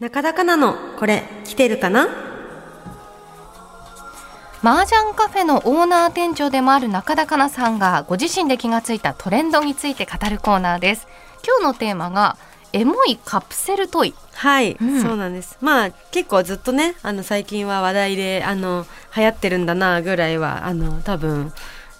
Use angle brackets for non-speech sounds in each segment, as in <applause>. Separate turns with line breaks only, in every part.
中田かなのこれ来てるかな
麻雀カフェのオーナー店長でもある中田香奈さんがご自身で気がついたトレンドについて語るコーナーです今日のテーマがエモいカプセルトイ
はい、
ん
そうなんですまあ結構ずっとねあの最近は話題であの流行ってるんだなぐらいはあの多分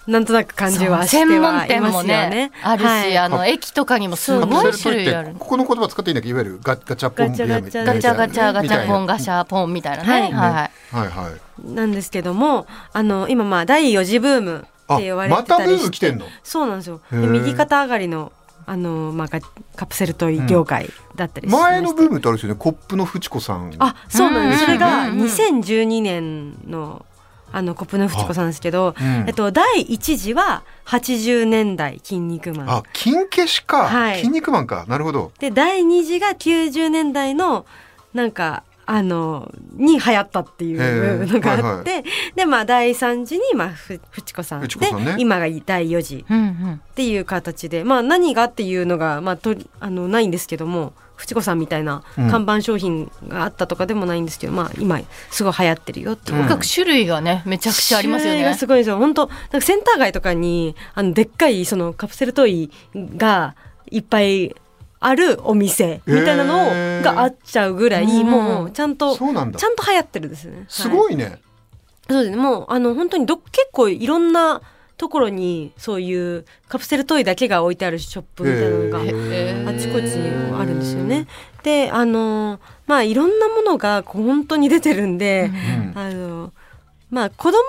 なんとなく感じはして
専門
はい
店
ます
も
よ
ね
ね。
あるし、
はい
あの駅とかにもす
そう
ごい
カ
種類ある
ここの言葉使っていいんだけどいわゆるガガチャポン
ガチャガチャ
ガチャガチャガチャポンガシ
ャ
ャポンみたいなね、
は
はいい
はいはい
なんですけどもあの今まあ第4次ブームって言われて
あま
た
たブ
り
ーム
し
来てんの
そうなんですよで
へー
右肩上がりのあの、まあ、ガカプセルトイ業界だったりしまして
前のブームってあるんですよねコップのフチコさん
あそうなんです、
うん
それが
うんうん
2012年のあのコップのフチコさんですけど、
うん
えっと、第一次は80年代「筋肉マン」
あ金消しか、
はい
筋肉マンかなるほど
で第2次が90年代のなんかあのに流行ったってい
へ
う
ー
のがあっ
は
て、でまあ第3次に、まあ、ふフチコさんで
フチコさんね
今が第4次
うんうん
っていう形で、まあ、何がっていうのが、まあ、とりあのないんですけどもフチコさんみたいな
うん
看板商品があったとかでもないんですけど、まあ、今すごい流行ってるよっていう
う
と
ん
にかく種類がねめちゃくちゃあります
種
よ
類が
ね
すごいですよ。本当なんかセンター街とかにあのでっかいそのカプセルトイがいっぱいあるお店みたいなのを、
へー
があっちゃうぐらい、
うん
もうちゃんとち
そうなんだ
ゃんと流行ってるんですね。
す
は
ごいね、
そうですね。もうあの本当にど結構いろんなところにそういうカプセルトイだけが置いてあるショップみたいなのが。
へ
ー
あちこちにもあるんですよね。で、あのまあいろんなものがこう本当に出てるんで、
うん
あのまあ子供向けだ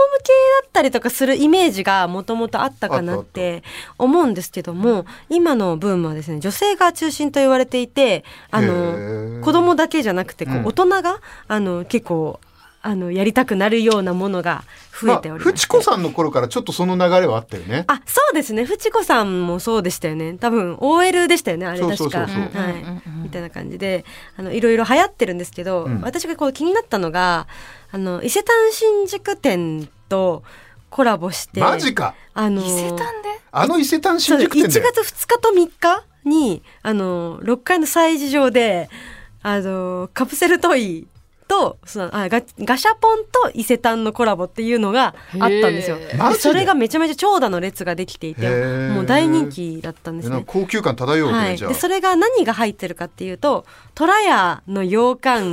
ったりとかするイメージがもともとあったかなって思うんですけども今のブームはですね女性が中心と言われていてあ
へ
の
ー
子供だけじゃなくてこう
うん
大人が、あの結構あのやりたくなるようなものが増えており
ま
ま
あ、フ
す
チ。コさんの頃からちょっとその流れはあったよね
あ、そうですね。フチコさんもそうでしたよね。多分 OL でしたよね。あれ
そ
確
う
か。
そうそうそう
はい、
うんうんうんうん
みたいな感じで、あのいろいろ流行ってるんですけど、
うん
私がこう気になったのが、あの伊勢丹新宿店とコラボして、
マジか
あの
伊勢丹で
あの伊勢丹
そう
新
1
宿店
月
で
2日と3日にあの6階の催事場であのカプセルトイとそのあガガシャポンと伊勢丹のコラボっていうのがあったんですよ
へ。
マジで
それがめちゃめちゃ長蛇の列ができてい
へ
て
ー
もう大人気だったんです
なん
ね
か。高級感漂うね、
はい、
じゃあ
でそれが何が入ってるかっていうと虎屋の洋館、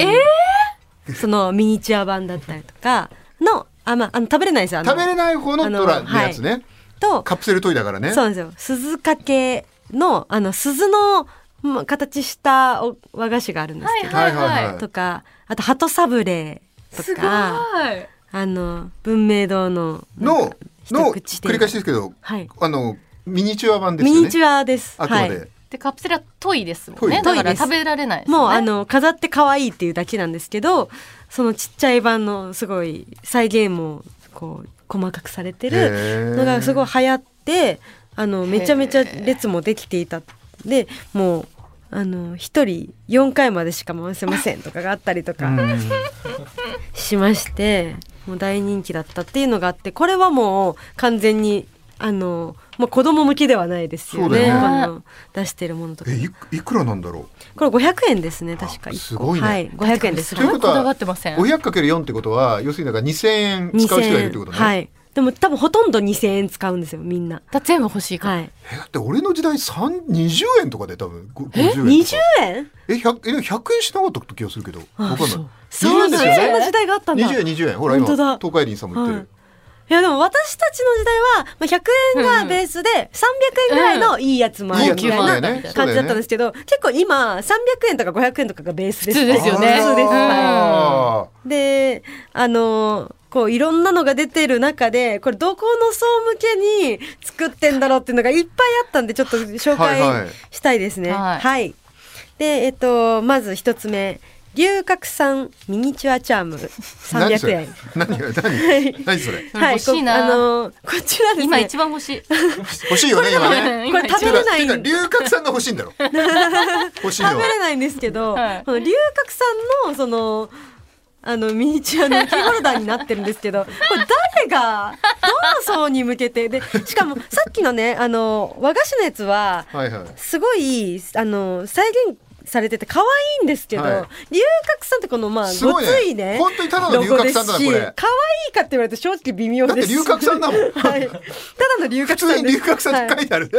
そのミニチュア版だったりとかのあ,、まあ、あの食べれないですよあの
食べれない方のトラのやつね、
と
カプセルトイだからね
そうなんですよ。鈴掛けの、あの、鈴のまあ形したお和菓子があるんですけど、
はいはいはい
とか、あと、鳩サブレ
す
と
ごい
か、あの、文明堂の、なん
の
か
の
一口で
繰り返しですけど、
はい
あのミニチュア版です
ミ
よね
ニチュアです。
あくま
は
で、
い。
でカプセルはトイですもんね
トイト
だ
イ
か
で
ら
す
食べられないですよね
もう、あの、飾って可愛いっていうだけなんですけど、そのちっちゃい版のすごい再現も、こう、細かくされて
へ
る
ー
のがすごい流行ってあのめちゃめちゃ列もできていたでもうあの一人4回までしか回せませんとかがあったりと
う
か
ん
しまして、もう大人気だったっていうのがあってこれはもう完全にあの、まあ、子供向きではないですよね
そうだよ
ね
あの出してるものとか
えいいくらなんだろ
これ500円ですね確か
あ
一個
すごいね
はい、500円です
ということ
こ
は
だわってません
う 500×4 ってことは要するにだから2000円使う人がいるってことね、
はいでも多分ほとんど2000円使うんですよみんな
だ全部欲しいから、
はい
えだって俺の時代3 20円とかで多分ご50円とか
20円
え 100, えでも100円しなかった気がするけどわかんない
そう
20円です
そん
よ
な
ね
時代があったんだ
20円20円ほら今
本当だ
東海林さんも言ってる、
はいいやでも私たちの時代は、まあ、100円がベースで300円ぐらいのいいやつもあるみたい
うん
な
高級版だよね
感じだったんですけど、結構今300円とか500円とかがベースです
普通ですよね
普通ですは
あ
いであのーこういろんなのが出てる中でこれどこの層向けに作ってんだろうっていうのがいっぱいあったんでちょっと紹
はいは
介
い
したいですね。
はい
はい、でえっとまず一つ目龍角散ミニチュアチャーム
ー何
300
それ
円。
何何何何それ
それ欲しいな
こあのーこちらですね。
今一番欲しい
欲しいよね今ね
これ食べれない
てか龍角さんが欲しいん
<laughs>
だろ欲しいのは
食べれないんですけど、
はい
この龍角さんのそのあのミニチュアのキーホルダーになってるんですけどこれ誰がどの層に向けてでしかもさっきのねあの和菓子のやつは
はいはい
すごいあの再現されてて可愛いんですけど、
はい
龍角さんってこのまあ
すご
ご
い
つ
ね
いね
本当にただの龍
ロゴ
角
です
散だなこ
し可愛
れ
いかって言われて正直微妙
だっ
で
て
す
龍角散だも
<laughs>
ん
はい、ただの龍
普
角
通
散
に
です
龍角散って書いてある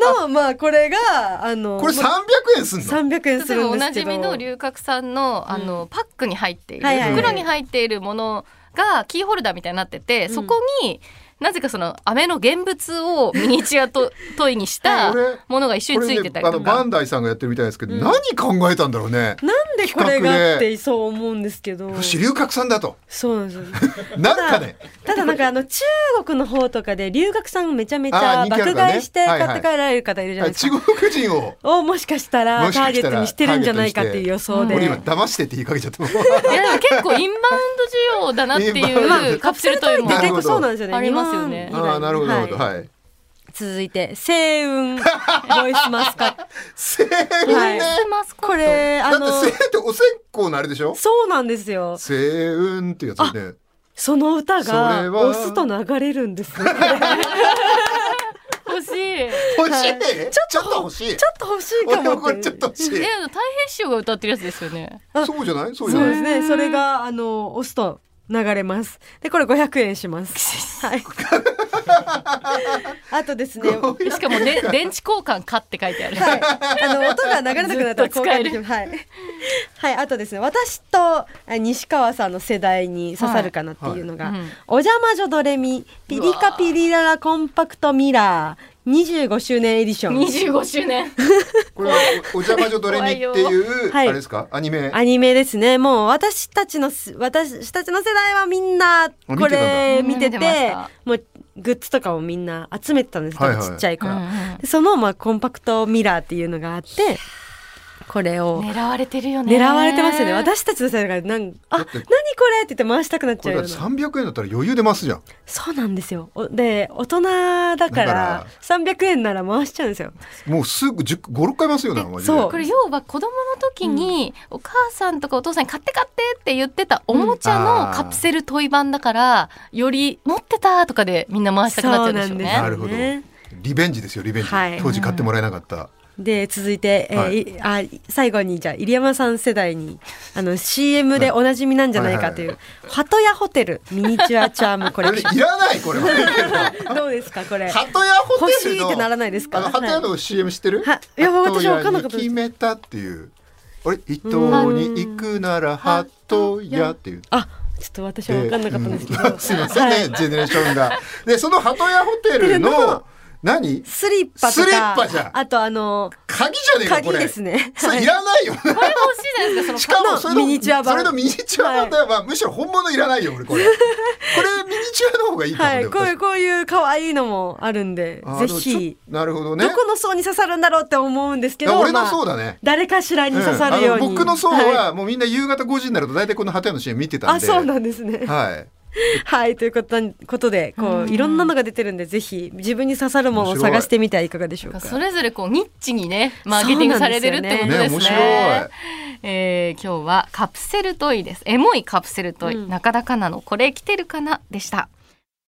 のまあこれがあの
これ300
まあ
円すんの
300円す
例えば
る
お
んで
な
すけ
じ
ど
みの龍角散のあの、パックに入っている、
はいはい
はい
袋に入っているものがキーホルダーみたいになってて、
うん
そこになぜかその飴の現物をミニチュアとトイにした
俺
ものが一緒についてたり
こ
と
れねあのバ
か、
ンダイさんがやってるみたいですけど、
うん
何考えたんだろうね
なんでこれがってそう思うんですけど
よし龍角散だと
そうなんですよ
<laughs> なんかね
ただなんかあの中国の方とかで留学さんめちゃめち
あ
ゃ
ー人気あ
爆
るからね
買いして買って帰られる方いるじゃないです
中
か。
国人を
をもしかしたら
もし
タ
か
ー
し
ゲ
たら
ットにしてるんじゃないかっていう予想で。
俺今騙してって言いかけちゃっ
<laughs>
たもん
いやでも結構インバウンド需要だなって
インバウン
い
ド
うカプセルトイ
で
も
な
結
るほど
構そうなんですよね。
ありますよね
日本以外
ああなるほどなるほど
はい
はい
続いて星雲ボイスマス
<laughs>
カット。
せー
は
ね
い
してます
これあ
だ
の
ってせーってお線香のあれでしょ
そうなんですよ。
せーんっていうやつで
その歌
それ
が
は
押すと流れるんですよ。これ
欲しいえ
欲しい
はい
ちょっと欲しい
ちょっと欲しいか
<laughs> 俺も
も
こ
っ
れ
て。
ちょっと欲しい
あの太平師匠が歌ってるやつですよね
あ
そうじゃないそうじ
そ
ゃ
う
な
で
い
すね。それがあの押すと流れます。でこれ500円し <laughs> ます。はい。あとですね。はい。
しか
<laughs>
も、ね、電池交換かって書いてある
あの音が流れなくな <laughs> ったら交換でき
ず
る。はい。はい。あとですね。私とあ西川さんの世代に刺さるかなっていうのが、
はいはいうん
お邪魔女ドレミピリカピリララコンパクトミラー25周年エディション。
25周年
これはおお邪魔女ドレミっていうあ
怖いよ
れですかアニメ
アニメですね。もう私たちのす、私たちの世代はみんな
たんだ
これ見て
見てましてた、
もうグッズとかをみんな集めてたんですけど、
はいはい
ちっちゃい頃。
うんうん
でそのまあコンパクトミラーっていうのがあって、これを
狙われてるよね
狙われてますよね。私たちの世代がなん、あ、
だ
何
っ
こ
て
れって言って回したくなっち
こ
ゃう
れ
よう
だって
な。
300円だったら余裕でますじゃん
そうなんですよ。おで、大人だか
だから
ら300円なら回しちゃうんですよ。
もうすぐ10 56回ますよなマジで
そう
これ要は子供の時にお母さんとかお父さんに買って買ってって言ってたおもちゃのカプセルトイ版だからより持ってたとかでみんな回したくなっちゃうんでしょう
そう
な
ね。
るほどリベンジですよリベンジ
はい
当時買ってもらえなかった
で続いて、えー
はい
いあい最後にじゃあ入山さん世代にあの CM でおなじみなんじゃないかという「鳩屋ホテルミニチュアチャー
<laughs>
ムコ
こ
レ
れ
クシ
い
ョン
らないこれは」
どうですかこれ
鳩屋ホ
欲
テ
し
ル
い
の
ってならないですか
あの鳩屋の CM 知ってる
はいいや私わかんなかったです
鳩屋に決めたっていうあれ伊東に行くなら鳩屋っていう
あちょっと私は分かんなかったんですけど、
うすいませんね、 <laughs> ジェネレーションがでその鳩屋ホテル
ホテル
の
の
何
スリッパとか
スリッパじゃん
あとあの
鍵じゃねえかこ
鍵
れ
ですね
それいら
<laughs>
ないよ
これ欲しいじゃないですかその
しかも
の
それの
ミニチュア版
それのミニチュア版だよ、まあ、むしろ本物いらないよ俺
<laughs>
これこれミニチュアの方がいいかも、
はい
でも
こういう
確か
こういう可愛いのもあるんで
あー
ぜ
でもち
ひ
ょなるほどね
どこの層に刺さるんだろうって思うんですけ
いや
ど
俺の
まあ
層だね
誰かしらに刺さるように、
んあの僕の層
い
はもうみんな夕方5時になると大体この鳩屋の CM 見てたん
あ
で
そうなんですね
はい
はいということなことでこういろんなのが出てるんでぜひ自分に刺さるものを探してみてはいかがでしょうか。
それぞれこうニッチにねマーケティングされてるってこと
ね
ですね
面白い
えー今日はカプセルトイですエモいカプセルトイ、
うん
中田香奈のこれ来てるかなでした